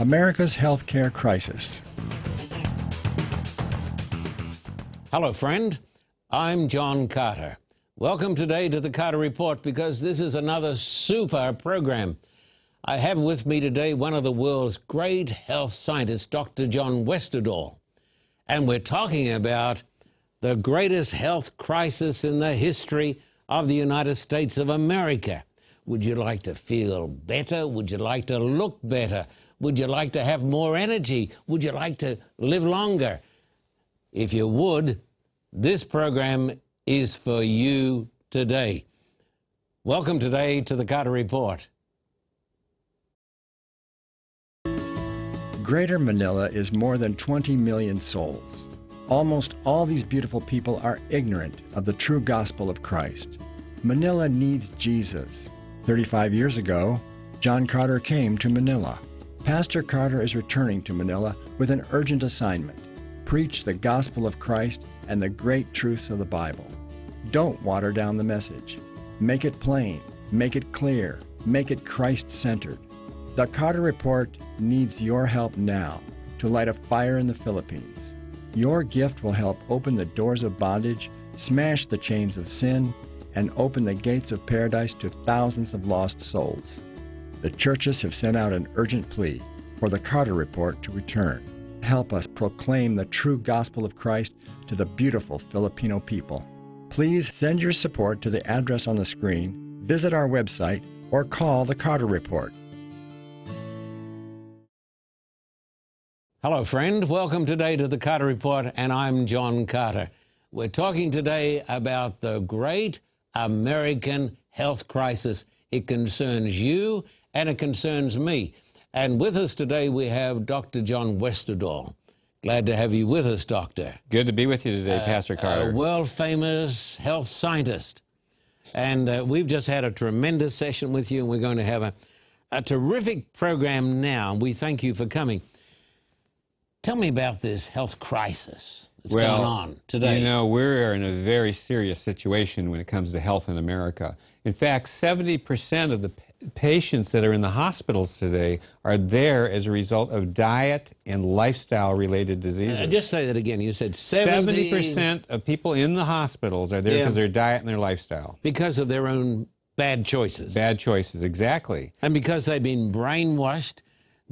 America's healthcare crisis. Hello, friend. I'm John Carter. Welcome today to the Carter Report because this is another super program. I have with me today one of the world's great health scientists, Dr. John Westerdahl. And we're talking about the greatest health crisis in the history of the United States of America. Would you like to feel better? Would you like to look better? Would you like to have more energy? Would you like to live longer? If you would, this program is for you today. Welcome today to the Carter Report. Greater Manila is more than 20 million souls. Almost all these beautiful people are ignorant of the true gospel of Christ. Manila needs Jesus. 35 years ago, John Carter came to Manila. Pastor Carter is returning to Manila with an urgent assignment preach the gospel of Christ and the great truths of the Bible. Don't water down the message. Make it plain, make it clear, make it Christ centered. The Carter Report needs your help now to light a fire in the Philippines. Your gift will help open the doors of bondage, smash the chains of sin, and open the gates of paradise to thousands of lost souls. The churches have sent out an urgent plea for the Carter Report to return. Help us proclaim the true gospel of Christ to the beautiful Filipino people. Please send your support to the address on the screen, visit our website, or call the Carter Report. Hello, friend. Welcome today to the Carter Report, and I'm John Carter. We're talking today about the great American health crisis. It concerns you and it concerns me. And with us today, we have Dr. John Westerdahl. Glad to have you with us, Doctor. Good to be with you today, Pastor A Carter. world famous health scientist. And uh, we've just had a tremendous session with you, and we're going to have a, a terrific program now. We thank you for coming. Tell me about this health crisis that's going on today. You know, we're in a very serious situation when it comes to health in America. In fact, 70% of the pa- patients that are in the hospitals today are there as a result of diet and lifestyle related diseases. Uh, just say that again. You said 70, 70% of people in the hospitals are there Yeah. because of their diet and their lifestyle. because of their own bad choices Bad choices, exactly. and because they've been brainwashed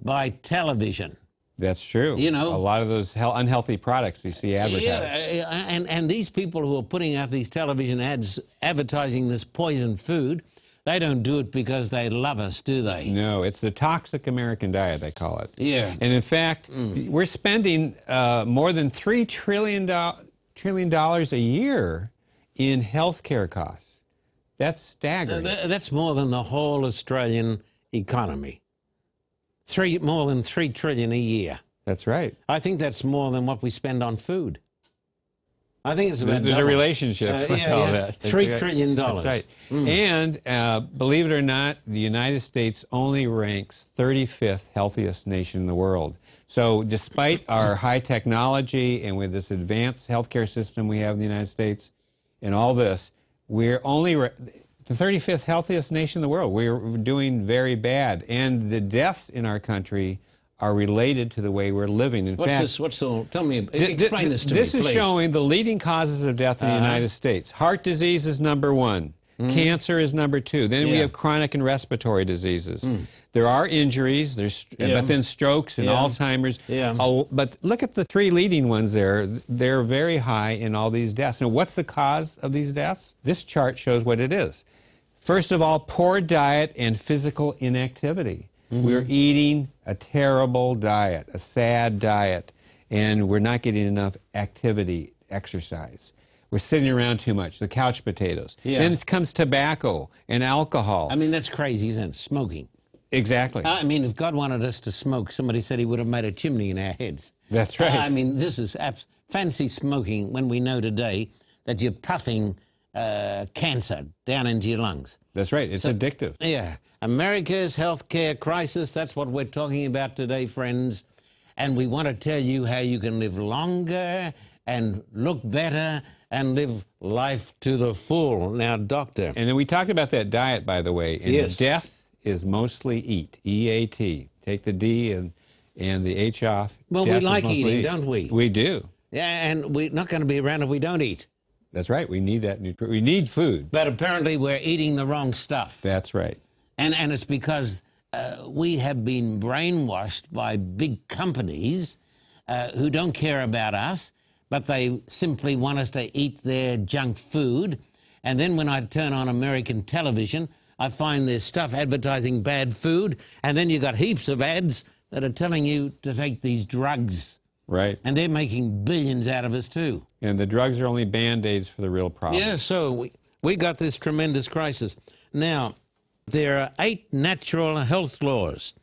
by television. That's true. You know- a lot of those hel- unhealthy products you see advertised. Yeah, uh, and, and these people who are putting out these television ads advertising this poison food, they don't do it because they love us, do they? No, it's the toxic American diet, they call it. Yeah. And in fact, we're spending uh, more than $3 trillion, do- trillion dollars a year in health care costs. That's staggering. Th- That's more than the whole Australian economy. Three, more than three trillion a year. That's right. I think that's more than what we spend on food. I think it's about There's a double. relationship Uh, with yeah, all yeah. that. Three That's right. trillion dollars. Mm. That's right. And uh, believe it or not, the United States only ranks 35th healthiest nation in the world. So, despite our high technology and with this advanced healthcare system we have in the United States, and all this, we're only ra- the 35th healthiest nation in the world. We're doing very bad, and the deaths in our country are related to the way we're living. In What's fact, this? What's all? Tell me. Th- th- Explain this to this me, is please. Uh-huh. showing the leading causes of death in the United States. Heart disease is number one. Cancer is number two. Then we Mm-hmm. Yeah. Mm. have chronic and respiratory diseases. There are injuries. There's, st- Yeah. but then strokes and Yeah. Alzheimer's. Yeah. Oh, but look at the three leading ones there. They're very high in all these deaths. Now, what's the cause of these deaths? This chart shows what it is. First of all, poor diet and physical inactivity. We're eating a terrible diet, a sad diet, and we're not getting enough activity, exercise. We're sitting around too much, the couch potatoes. Yeah. Then comes tobacco and alcohol. I mean, that's crazy, isn't it? Smoking. Exactly. I mean, if God wanted us to smoke, somebody said he would have made a chimney in our heads. Uh, That's right. I mean, this is abs- fancy smoking when we know today that you're puffing uh, cancer down into your lungs. That's right. It's addictive. Yeah. America's healthcare crisis, that's what we're talking about today, friends. And we want to tell you how you can live longer and look better and live life to the full. Now, doctor. And then we talked about that diet, by the way. And Yes. death is mostly eat. E A T. Take the D and and the H off. Well, we Death is like mostly eating, don't we? We do. Yeah, and we're not going to be around if we don't eat. That's right. We need that nutrition. We need food. But apparently, we're eating the wrong stuff. That's right. And, and it's because uh, we have been brainwashed by big companies uh, who don't care about us, but they simply want us to eat their junk food. And then when I turn on American television, I find there's stuff advertising bad food. And then you got heaps of ads that are telling you to take these drugs. Right. And they're making billions out of us, too. And the drugs are only band aids for the real problem. Yeah, so we, we got this tremendous crisis. Now, there are eight natural health laws,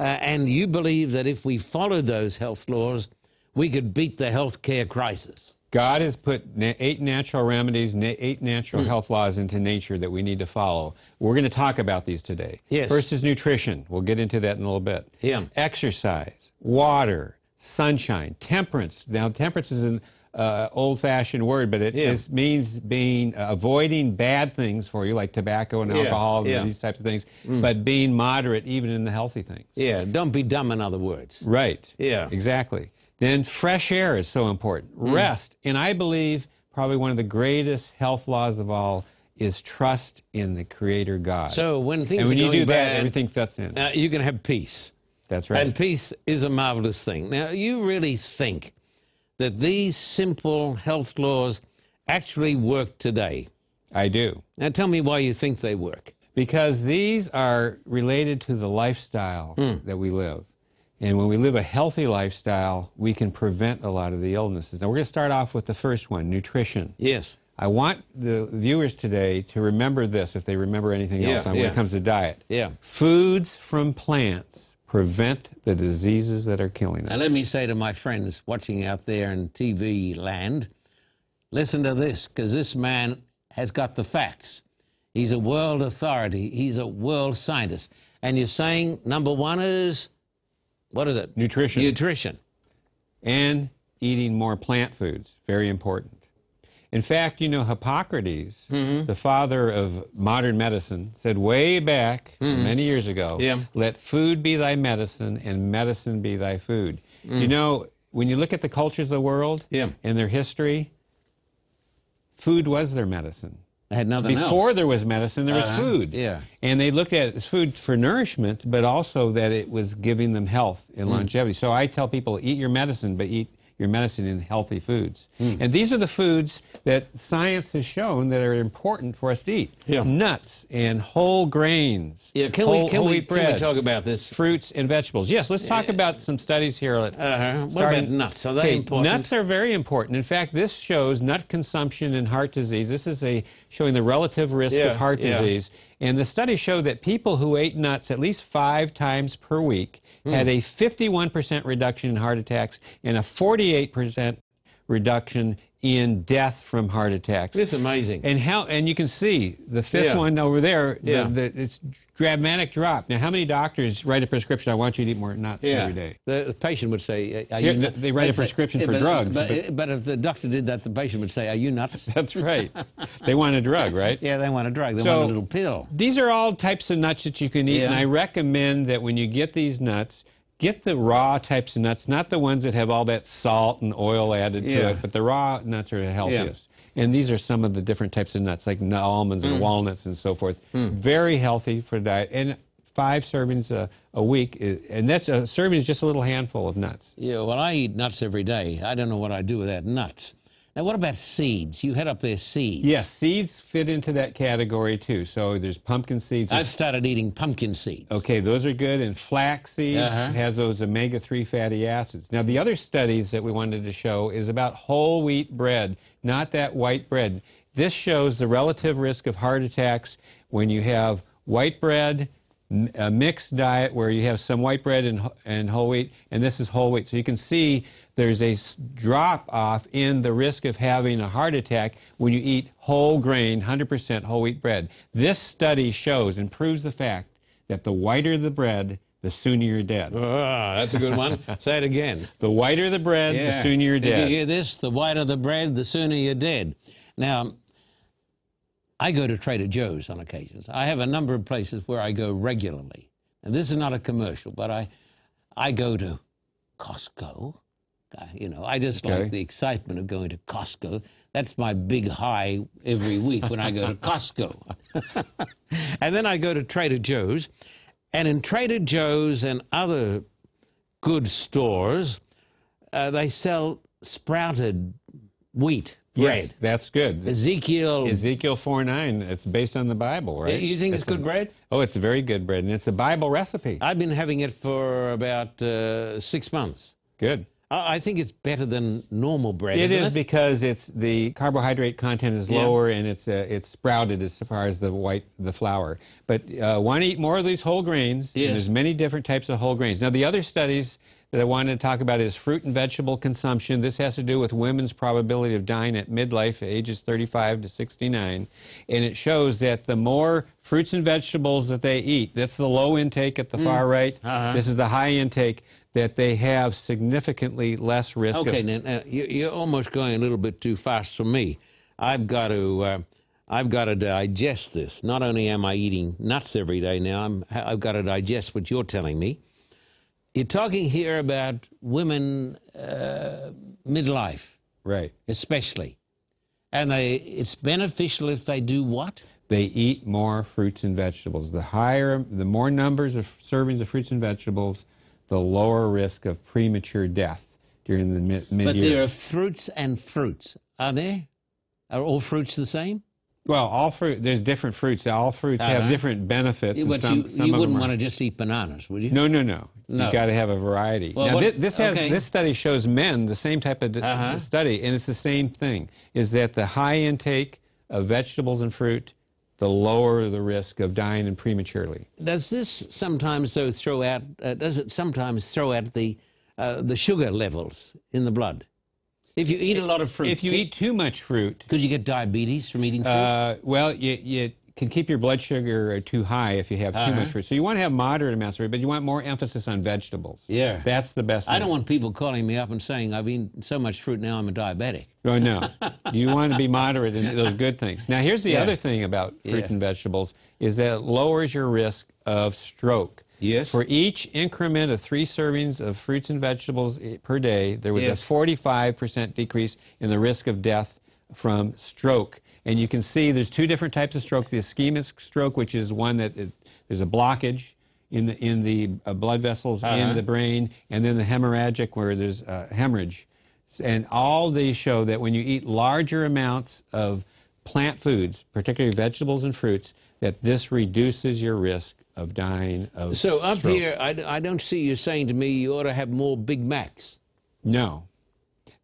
uh, and you believe that if we followed those health laws, we could beat the healthcare crisis. God has put na- eight natural remedies, na- eight natural Hmm. health laws into nature that we need to follow. We're going to talk about these today. Yes. First is nutrition. We'll get into that in a little bit. Yeah. Exercise, water, sunshine, temperance. Now, temperance is an uh, old-fashioned word, but it Yeah. just means being uh, avoiding bad things for you, like tobacco and Yeah, alcohol and yeah. Hmm. these types of things, but being moderate even in the healthy things. Yeah, don't be dumb, in other words. Right. Yeah. Mm. Exactly. Then fresh air is so important. Rest. And I believe probably one of the greatest health laws of all is trust in the Creator God. So when things and when are you going do that, bad, everything fits in. uh, you can have peace. That's right. And peace is a marvelous thing. Now, you really think that these simple health laws actually work today? I do. Now, tell me why you think they work. Because these are related to the lifestyle Hmm. that we live. And when we live a healthy lifestyle, we can prevent a lot of the illnesses. Now, we're going to start off with the first one nutrition. Yes. I want the viewers today to remember this if they remember anything Yeah, else on when yeah. it comes to diet. Yeah. Foods from plants prevent the diseases that are killing Now, us. let me say to my friends watching out there in TV land listen to this, because this man has got the facts. He's a world authority, he's a world scientist. And you're saying number one is what is it? Nutrition Nutrition. and eating more plant foods, very important. In fact, you know, Hippocrates, Mm-hmm. the father of modern medicine, said way back many years ago, Mm-hmm. Yeah. let food be thy medicine and medicine be thy food. You know, when you look at the cultures of the world Mm. Yeah. and their history, food was their medicine. I had nothing Before else. there was medicine, there was Uh-huh. food. Yeah. And they looked at it as food for nourishment, but also that it was giving them health Mm. and longevity. So I tell people eat your medicine, but eat your medicine in healthy foods. Mm. And these are the foods that science has shown that are important for us to eat Yeah. nuts and whole grains. yeah, can, whole, we, can, whole we, wheat can we bread, talk about this? Fruits and vegetables. Yes, let's talk about some studies here. Let- Uh-huh. What about nuts? Are they Okay, important? Nuts are very important. In fact, this shows nut consumption and heart disease. This is a showing the relative risk Yeah, of heart yeah. disease. And the studies show that people who ate nuts at least five times per week Hmm. had a 51% reduction in heart attacks and a 48% reduction in death from heart attacks. It's amazing. And how? And you can see the fifth Yeah. one over there. Yeah. The, the, it's dramatic drop. Now, how many doctors write a prescription? I want you to eat more nuts every day. The, the patient would say, uh, are Yeah, you th- nut- they write a I'd say- prescription yeah, for but- drugs, But, but if the doctor did that, the patient would say, Are you nuts? That's right. they want a drug, right? yeah, they want a drug, they So- want a little pill. These are all types of nuts that you can eat, Yeah. and I recommend that when you get these nuts, get the raw types of nuts, not the ones that have all that salt and oil added Yeah. to it, but the raw nuts are the healthiest. And these are some of the different types of nuts, like nu- almonds Mm. and walnuts and so forth. Very healthy for diet, and five servings a, a week, is, and that's a serving is just a little handful of nuts. Yeah, well, I eat nuts every day. I don't know what I do without nuts. Now, what about seeds? You had up there seeds. Yes, seeds fit into that category too. So there's pumpkin seeds, there's I've started eating pumpkin seeds. Okay, those are good. And flax seeds Uh-huh. has those omega 3 fatty acids. Now, the other studies that we wanted to show is about whole wheat bread, not that white bread. This shows the relative risk of heart attacks when you have white bread, m- a mixed diet where you have some white bread and, wh- and whole wheat, and this is whole wheat. So you can see there's a s- drop off in the risk of having a heart attack when you eat whole grain, 100% whole wheat bread. This study shows and proves the fact that the whiter the bread, the sooner you're dead. Ah, that's a good one. Say it again. The whiter the bread, the sooner you're Did you dead. hear this? The whiter the bread, the sooner you're dead. Now, I go to Trader Joe's on occasions. I have a number of places where I go regularly. And this is not a commercial, but I, I go to Costco. Uh, You know, I just Okay. like the excitement of going to Costco. That's my big high every week when I go to Costco. and then I go to Trader Joe's. And in Trader Joe's and other good stores, uh, they sell sprouted wheat bread. Yes, that's good. Ezekiel, Ezekiel 4 9, it's based on the Bible, right? you think it's good bread? Oh, it's very good bread, and it's a Bible recipe. I've been having it for about uh, six months. Good. I I think it's better than normal bread. It isn't is because it's the carbohydrate content is Yeah. lower and it's uh, it's sprouted as far as the white the flour. But uh, want to eat more of these whole grains. Yes. And there's many different types of whole grains. Now the other studies that I wanted to talk about is fruit and vegetable consumption. This has to do with women's probability of dying at midlife, ages 35 to 69, and it shows that the more fruits and vegetables that they eat, that's the low intake Mm. at the far right. Uh-huh. This is the high intake. That they have significantly less risk Okay, of now, now you, you're almost going a little bit too fast for me. I've got to, uh, I've got to digest this. Not only am I eating nuts every day now, I'm, I've got to digest what you're telling me. You're talking here about women uh, midlife, right. especially, and they it's beneficial if they do what? they eat more fruits and vegetables. The higher, the more numbers of servings of fruits and vegetables, the lower risk of premature death during the mid But there mid-year. are fruits and fruits. Are there? Are all fruits the same? Well, all fruit. There's different fruits. All fruits have different benefits. and Uh-huh. But some, you, some you of wouldn't them are- want to just eat bananas, would you? No, no, no. No. You got to have a variety. Well, now, what- thi- this has okay. Uh-huh. this study shows men the same type of d- study, and it's the same thing. Is that the high intake of vegetables and fruit, the lower the risk of dying and prematurely. Does this sometimes though throw out? Uh, does it sometimes throw out the uh, the sugar levels in the blood? If you eat a lot of fruit, If you could, eat too much fruit, could you get diabetes from eating fruit? Uh, well, you, you can keep your blood sugar uh, too high if you have too Uh-huh. much fruit. So you want to have moderate amounts of fruit, but you want more emphasis on vegetables. Yeah. That's the best. I don't thing. want people calling me up and saying I've eaten so much fruit now I'm a diabetic. Oh, no. you want to be moderate in those good things. Now, here's the other thing about fruit Yeah. and vegetables is that it lowers your risk of stroke. Yes. For each increment of three servings of fruits and vegetables i- per day, there was Yes. a 45% decrease in the risk of death from stroke. And you can see there's two different types of stroke the ischemic stroke, which is one that it, there's a blockage. In the, in the uh, blood vessels Uh-huh. in the brain, and then the hemorrhagic, where there's uh, hemorrhage. And all these show that when you eat larger amounts of plant foods, particularly vegetables and fruits, that this reduces your risk of dying of So up stroke. here, I, I don't see you saying to me you ought to have more Big Macs. No.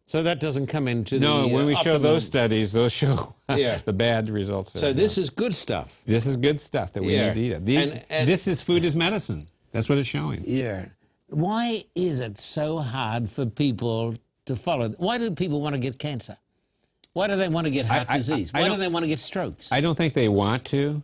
So that doesn't come into the. No, when uh, we show optimal- those studies, those show Yeah. the bad results. so this is good stuff. this is good stuff that we Yeah. need to eat. of. These- And- and- this is food is medicine. That's what it's showing. Yeah. Why is it so hard for people to follow? Why do people want to get cancer? Why do they want to get heart I- I- disease? I Why do don't- they want to get strokes? I don't think they want to,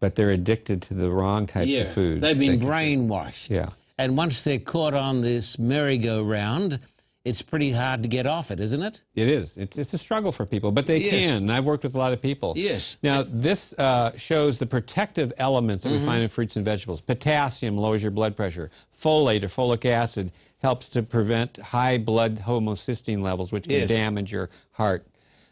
but they're addicted to the wrong types yeah. of foods. They've been They- brainwashed. Yeah. And once they're caught on this merry-go-round, it's pretty hard to get off it, isn't it? It is. It's, it's a struggle for people, but they Yes. can. I've worked with a lot of people. Yes. Now, this uh, shows the protective elements that we find in fruits and vegetables. Potassium lowers your blood pressure. Folate or folic acid helps to prevent high blood homocysteine levels, which can Yes. damage your heart.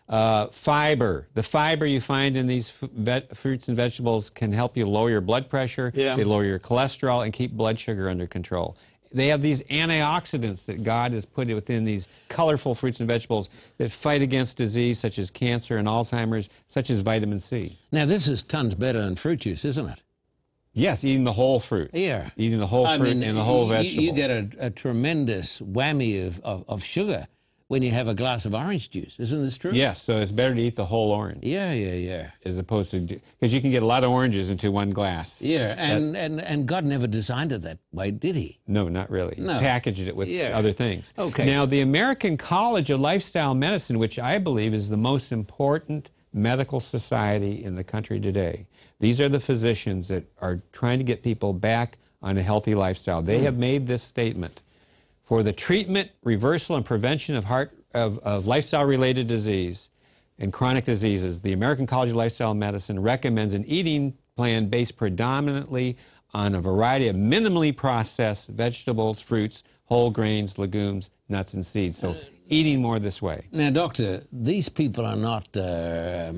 Uh, fiber. The fiber you find in these f- vet- fruits and vegetables can help you lower your blood pressure. Yeah. They lower your cholesterol and keep blood sugar under control. They have these antioxidants that God has put within these colorful fruits and vegetables that fight against disease such as cancer and Alzheimer's, such as vitamin C. Now, this is tons better than fruit juice, isn't it? Yes, eating the whole fruit. Yeah. Eating the whole fruit and the whole you- vegetable. You, you get a, a tremendous whammy of, of, of sugar when you have a glass of orange juice. Isn't this true? Yes, so it's better to eat the whole orange Yeah, yeah, yeah. as opposed to because you can get a lot of oranges into one glass. Yeah, and, and, and God never designed it that way, did he? No, not really. He's No. packaged it with Yeah. other things. Okay. Now, the American College of Lifestyle Medicine, which I believe is the most important medical society in the country today, these are the physicians that are trying to get people back on a healthy lifestyle. They Hmm. have made this statement for the treatment, reversal, and prevention of heart of, of lifestyle-related disease and chronic diseases. The American College of Lifestyle Medicine recommends an eating plan based predominantly on a variety of minimally processed vegetables, fruits, whole grains, legumes, nuts, and seeds. So eating more this way. Now, Doctor, these people are not uh,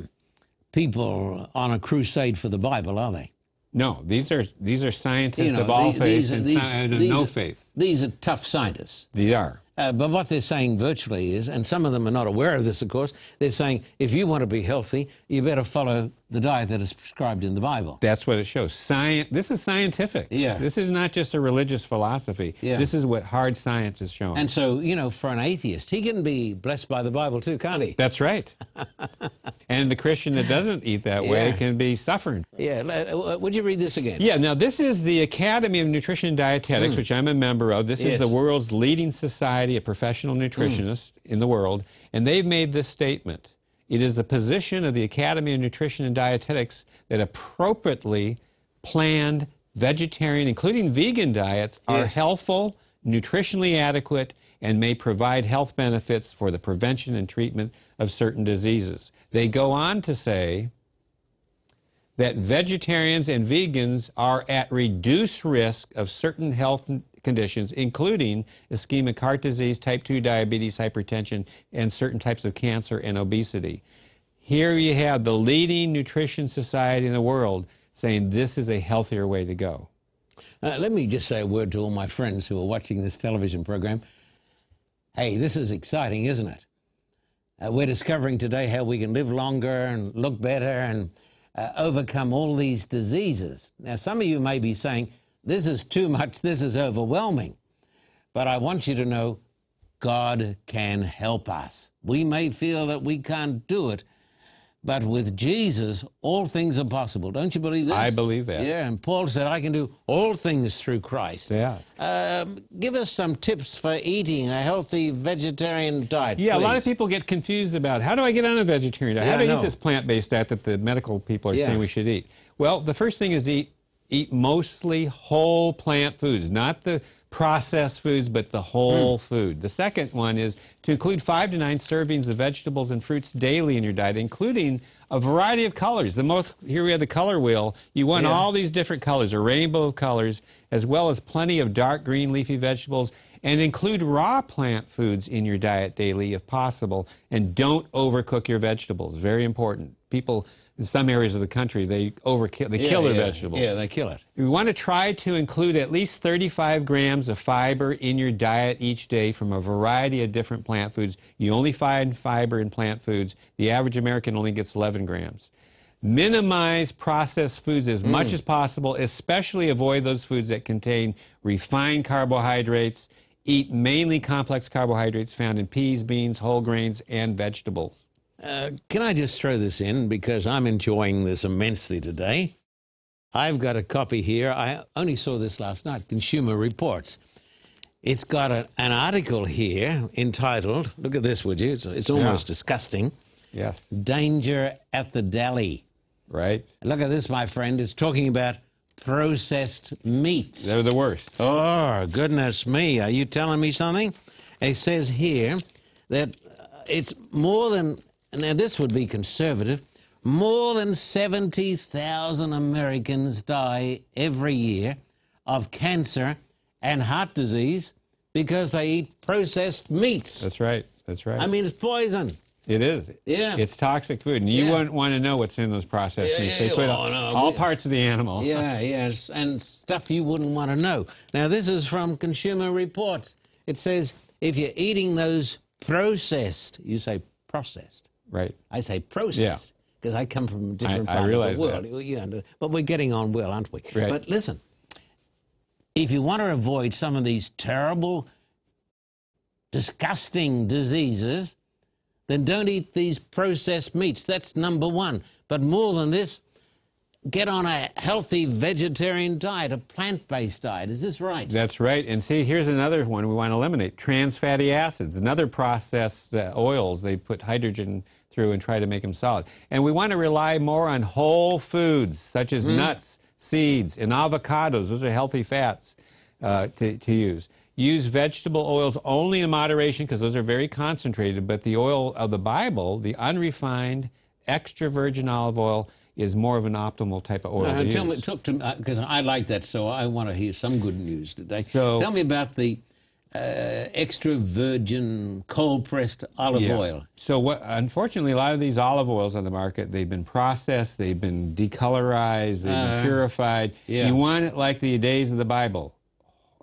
people on a crusade for the Bible, are they? No, these are these are scientists of the- all faiths these- and, these- sci- and of these no are- faith. These are tough scientists. They are. Uh, but what they're saying virtually is, and some of them are not aware of this, of course, they're saying if you want to be healthy, you better follow the diet that is prescribed in the Bible. That's what it shows. Science. This is scientific. Yeah. This is not just a religious philosophy. Yeah. This is what hard science is showing. And so, you know, for an atheist, he can be blessed by the Bible too, can't he? That's right. and the Christian that doesn't eat that way Yeah. can be suffering. Yeah. le- uh, Would you read this again? Yeah, now this is the Academy of Nutrition and Dietetics, which I'm a member of. This Mm. Yes. Mm. is the world's leading society of professional nutritionists in the world, and they've made this statement. It is the position of the Academy of Nutrition and Dietetics that appropriately planned vegetarian, including vegan diets, are Yes. healthful, nutritionally adequate, and may provide health benefits for the prevention and treatment of certain diseases. They go on to say, that vegetarians and vegans are at reduced risk of certain health n- conditions, including ischemic heart disease, type 2 diabetes, hypertension, and certain types of cancer and obesity. Here you have the leading nutrition society in the world saying this is a healthier way to go. Uh, let me just say a word to all my friends who are watching this television program. Hey, this is exciting, isn't it? Uh, we're discovering today how we can live longer and look better and uh, overcome all these diseases. Now, some of you may be saying, this is too much, this is overwhelming. But I want you to know God can help us. We may feel that we can't do it, but with Jesus, all things are possible. Don't you believe this? I believe that. Yeah, and Paul said, I can do all things through Christ. Yeah. Um, give us some tips for eating a healthy vegetarian diet. Yeah, a lot of please. people get confused about how do I get on a vegetarian diet? Yeah, how do I I know. eat this plant-based diet that the medical people are Yeah. saying we should eat? Well, the first thing is eat eat mostly whole plant foods, not the processed foods, but the whole food. The second one is to include five to nine servings of vegetables and fruits daily in your diet, including a variety of colors. The most here we have the color wheel. You want Yeah. all these different colors, a rainbow of colors, as well as plenty of dark green leafy vegetables, and include raw plant foods in your diet daily if possible. And don't overcook your vegetables. Very important. People in some areas of the country they overkill, they Yeah, kill their yeah, vegetables. Yeah, they kill it. We want to try to include at least 35 grams of fiber in your diet each day from a variety of different plant foods. You only find fiber in plant foods. The average American only gets 11 grams. Minimize processed foods as Mm. much as possible, especially avoid those foods that contain refined carbohydrates. Eat mainly complex carbohydrates found in peas, beans, whole grains, and vegetables. Uh, can I just throw this in because I'm enjoying this immensely today? I've got a copy here. I only saw this last night Consumer Reports. It's got a, an article here entitled, look at this, would you? It's, it's almost disgusting Yes. Danger at the Deli. Right? Look at this, my friend. It's talking about processed meats. They're the worst. Oh, goodness me. Are you telling me something? It says here that uh, it's more than, now this would be conservative, more than 70,000 Americans die every year of cancer and heart disease because they eat processed meats. That's right. That's right. I mean, it's poison. It is. Yeah. It's toxic food, and you Yeah. wouldn't want to know what's in those processed Yeah, meats. yeah, they put yeah. all, Oh, no, all we- parts of the animal. Yeah, yes, and stuff you wouldn't want to know. Now, this is from Consumer Reports. It says if you're eating those processed, you say processed. Right. I say processed because I come from a different I part of realize the world. You under- but we're getting on well, aren't we? Right. But listen, if you want to avoid some of these terrible disgusting diseases, then don't eat these processed meats. That's number one. But more than this, get on a healthy vegetarian diet, a plant based diet. Is this right? That's right. And see, here's another one we want to eliminate trans fatty acids, another processed uh, oils they put hydrogen through and try to make them solid. And we want to rely more on whole foods, such as nuts, seeds, and avocados. Those are healthy fats uh, to, to use. Use vegetable oils only in moderation because those are very concentrated, but the oil of the Bible, the unrefined extra virgin olive oil, is more of an optimal type of oil. Uh, to tell use. me, talk to because I like that, so I want to hear some good news today. So- tell me about the uh, extra virgin cold pressed olive Yeah. oil. So what? Unfortunately, a lot of these olive oils on the market, they've been processed, they've been decolorized, they've been purified. Uh-huh. yeah. You want it like the days of the Bible,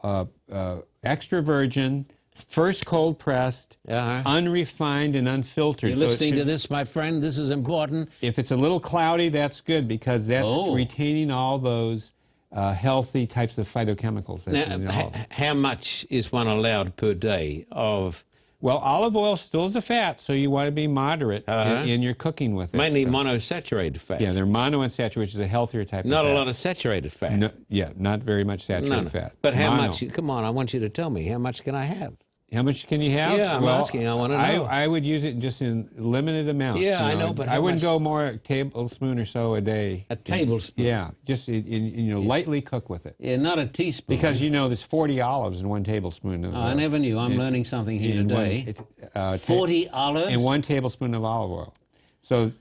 uh, uh, extra virgin, first cold pressed, Uh-huh. unrefined and unfiltered. You're So it listening to should- this, my friend. This is important. If it's a little cloudy, that's good because that's Oh. retaining all those uh, healthy types of phytochemicals. That's Now, in the h- olive. how much is one allowed per day of Well, olive oil still is a fat, so you want to be moderate Uh-huh. in, in your cooking with it. mainly so. monosaturated fats? Yeah, they're monounsaturated, which is a healthier type. not of a fat. lot of saturated fat. No, yeah, not very much saturated No, no. fat. But how Mono. much? Come on, I want you to tell me. How much can I have? How much can you have? Yeah, I'm asking. I wanna know. I, I would use it just in limited amounts. Yeah, you I know, but I how wouldn't much- go more a tablespoon or so a day. A tablespoon. Yeah, just in, in, you know, lightly cook with it Yeah, not a teaspoon. because you know there's 40 olives in one tablespoon. Of, I never knew. I'm learning something here in one- today. it's, uh, ta- 40 olives? and one tablespoon of olive oil. So,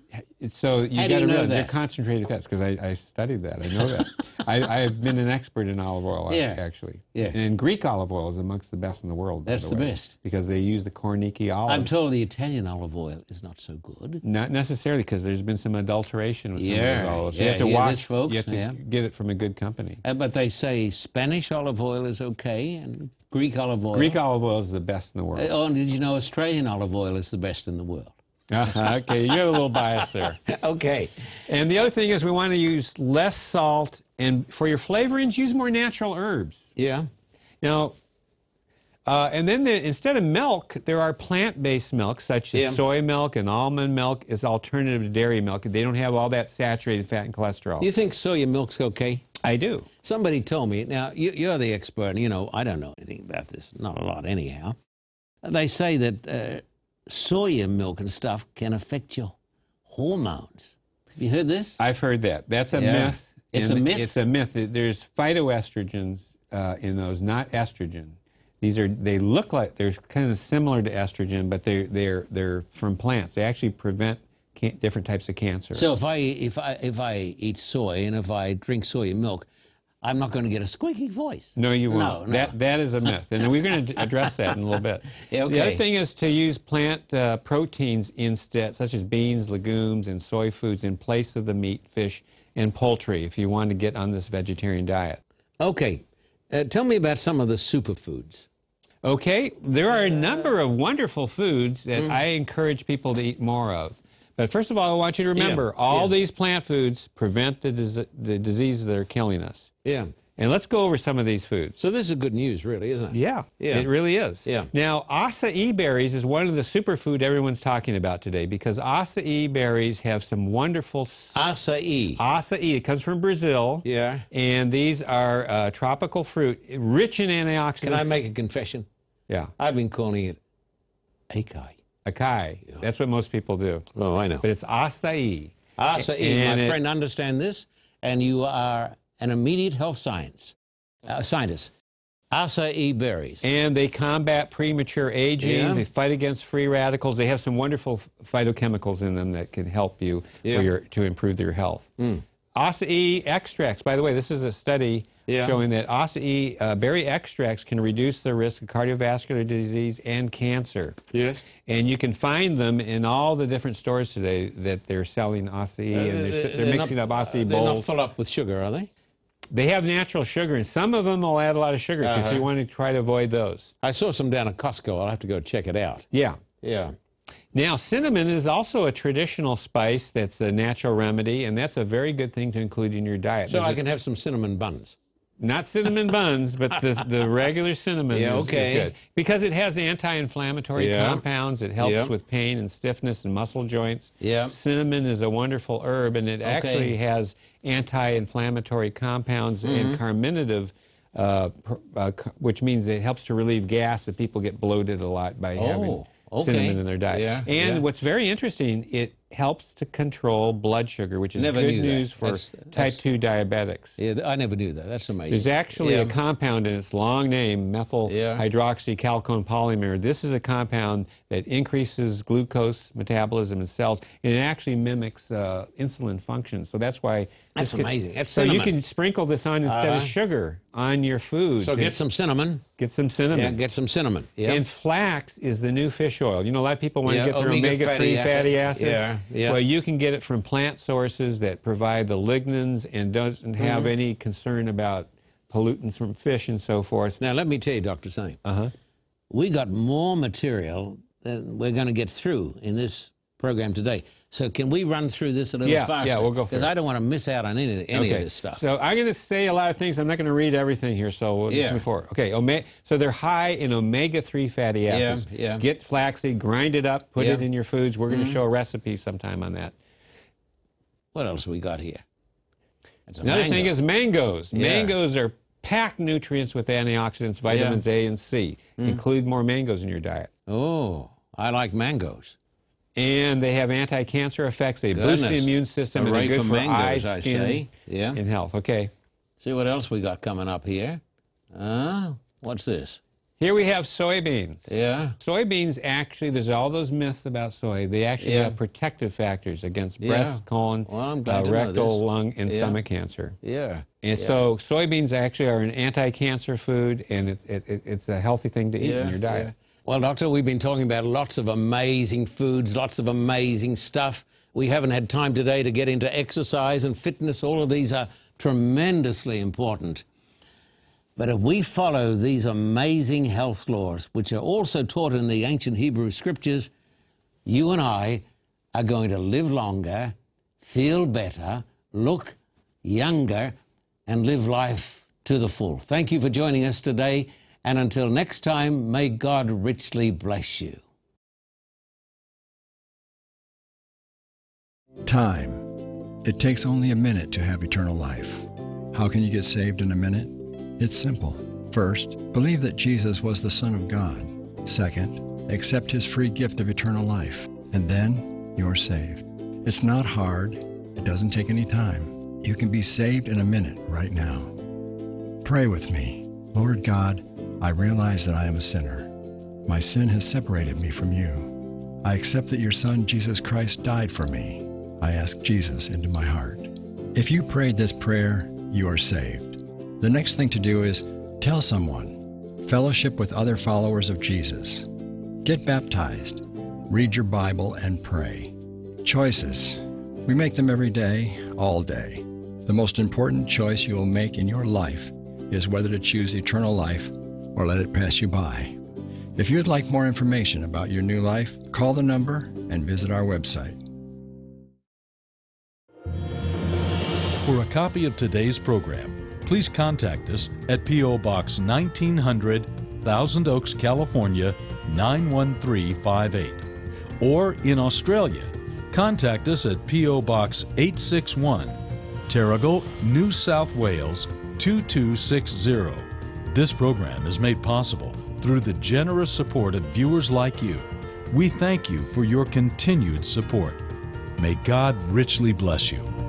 so you How got do you know to realize that? they're concentrated fats because I, I studied that. I know that. I, I have been an expert in olive oil ac- Yeah. actually. Yeah. And Greek olive oil is amongst the best in the world. by That's the way, best. because they use the Corniki olive. I'm told the Italian olive oil is not so good. Not necessarily because there's been some adulteration with some Yeah, of those olives. yeah, you have to hear watch, this, folks, You have to yeah. get it from a good company. Uh, but they say Spanish olive oil is okay and Greek olive oil. Greek olive oil is the best in the world. Uh, Oh, and did you know Australian olive oil is the best in the world? Uh, okay, you have a little bias there. Okay. And the other thing is, we want to use less salt, and for your flavorings, use more natural herbs. Yeah. Now, uh, and then the, instead of milk, there are plant-based milks such as Yeah. soy milk and almond milk is alternative to dairy milk. They don't have all that saturated fat and cholesterol. You think soya milk's okay? I do. Somebody told me. Now you, you're the expert. and You know, I don't know anything about this. Not a lot, anyhow. They say that uh, soya milk and stuff can affect your hormones. Have you heard this? I've heard that. That's a Yeah. myth. It's And a myth? It's a myth. There's phytoestrogens uh, in those, not estrogen. These are they look like they're kind of similar to estrogen, but they're they're they're from plants. They actually prevent can- different types of cancer. So if I if I if I eat soy and if I drink soya milk, I'm not going to get a squeaky voice. No, you No, won't. no. That that is a myth, and we're going to address that in a little bit. Yeah, The okay. other thing is to use plant uh, proteins instead, such as beans, legumes, and soy foods, in place of the meat, fish, and poultry. If you want to get on this vegetarian diet. Okay, uh, tell me about some of the superfoods. Okay, there are a number of wonderful foods Mm. that I encourage people to eat more of. But first of all, I want you to remember all these plant foods prevent the, dis- the diseases that are killing us. Yeah. And let's go over some of these foods. So this is good news, really, isn't it? Yeah, Yeah. it really is. Yeah. Now, acai berries is one of the superfood everyone's talking about today because acai berries have some wonderful Acai. Acai. It comes from Brazil. Yeah. And these are uh, tropical fruit rich in antioxidants. Can I make a confession? Yeah. I've been calling it acai. Acai. That's what most people do. Oh, I know. But it's E. acai. Acai, And my it- friend, understand this, and you are an immediate health science uh, scientist. Acai berries. And they combat premature aging. Yeah. They fight against free radicals. They have some wonderful ph- phytochemicals in them that can help you Yeah. Mm. for your, to improve your health. Acai extracts. By the way, this is a study Yeah. showing that acai uh, berry extracts can reduce the risk of cardiovascular disease and cancer. Yes. And you can find them in all the different stores today that they're selling acai and they're, s- they're mixing not, up acai Uh, They're not bowls. full up with sugar, are they? They have natural sugar, and some of them will add a lot of sugar too, Uh-huh. so you want to try to avoid those. I saw some down at Costco. I'll have to go check it out. Yeah. Yeah. Now, cinnamon is also a traditional spice that's a natural remedy, and that's a very good thing to include in your diet. So There's I a- can have some cinnamon buns. Not cinnamon buns, but the, the regular cinnamon Yeah, is, okay. is good. Because it has anti-inflammatory Yeah. compounds. It helps Yeah. with pain and stiffness in muscle joints. Yeah. Cinnamon is a wonderful herb, and it actually has anti-inflammatory compounds Mm-hmm. and carminative, uh, pr- uh, c- which means it helps to relieve gas if people get bloated a lot by having Oh, okay. cinnamon in their diet. Yeah, and yeah. what's very interesting, it helps to control blood sugar, which is Never good knew that. news for That's- type that's- 2 diabetics. Yeah, th- I never knew that. That's amazing. There's actually a Yeah. compound in its long name, methyl Yeah. hydroxycalcone polymer. This is a compound that increases glucose metabolism in cells, and it actually mimics uh, insulin function. So that's why. That's this could- amazing. That's so you cinnamon. can sprinkle this on instead of Uh-huh. sugar on your food. So to get some cinnamon. get some cinnamon. Yeah, get some cinnamon. Yeah. And flax is the new fish oil. You know, a lot of people want Yeah, to get their omega omega-3 fatty fatty, acid. acids. Yeah, yeah. Well, you can get it from plant sources that provide the lignans and doesn't have Mm-hmm. any concern about pollutants from fish and so forth. Now, let me tell you, Dr. Singh, uh-huh. we got more material than we're going to get through in this program today. So, can we run through this a little Yeah, faster? yeah, we'll go for Because it. I don't want to miss out on any, any of this stuff. So I'm going to say a lot of things. I'm not going to read everything here. So we'll Yeah. just move forward. Okay. Ome- so they're high in omega-3 fatty acids. yeah. Get flaxseed, grind it up, put Yeah. Mm-hmm. it in your foods. We're going to show a recipe sometime on that. what else we got here? That's a Another mango. thing is mangoes. Mangoes are packed nutrients with antioxidants, vitamins A and C. Mm. Include more mangoes in your diet. Oh, I like mangoes. And they have anti-cancer effects. They boost the Goodness. immune system and Hooray they're for good for mangoes, I eyes, skin, say. Yeah. and health. Okay. See what else we got coming up here. Uh, what's this? Here we have soybeans. Yeah. Soybeans actually, there's all those myths about soy. They actually Yeah. have protective factors against Yeah. breast, colon, uh, Well, I'm glad to know rectal, this. lung, and Yeah. stomach cancer. Yeah. And so soybeans actually are an anti-cancer food, and it, it, it, it's a healthy thing to eat in your diet. yeah. Well, Doctor, we've been talking about lots of amazing foods, lots of amazing stuff. We haven't had time today to get into exercise and fitness. All of these are tremendously important. But if we follow these amazing health laws, which are also taught in the ancient Hebrew scriptures, you and I are going to live longer, feel better, look younger, and live life to the full. Thank you for joining us today. And until next time, may God richly bless you. Time. It takes only a minute to have eternal life. How can you get saved in a minute? It's simple. First, believe that Jesus was the Son of God. Second, accept his free gift of eternal life. And then you're saved. It's not hard, it doesn't take any time. You can be saved in a minute right now. Pray with me. Lord God, I realize that I am a sinner. My sin has separated me from you. I accept that your Son, Jesus Christ, died for me. I ask Jesus into my heart. If you prayed this prayer, you are saved. The next thing to do is tell someone, fellowship with other followers of Jesus, get baptized, read your Bible, and pray. Choices. We make them every day, all day. The most important choice you will make in your life is whether to choose eternal life or let it pass you by. If you'd like more information about your new life, call the number and visit our website. For a copy of today's program, please contact us at P.O. Box 1900, Thousand Oaks, California 91358. Or in Australia, contact us at P.O. Box 861, Terrigal, New South Wales 2260. This program is made possible through the generous support of viewers like you. We thank you for your continued support. May God richly bless you.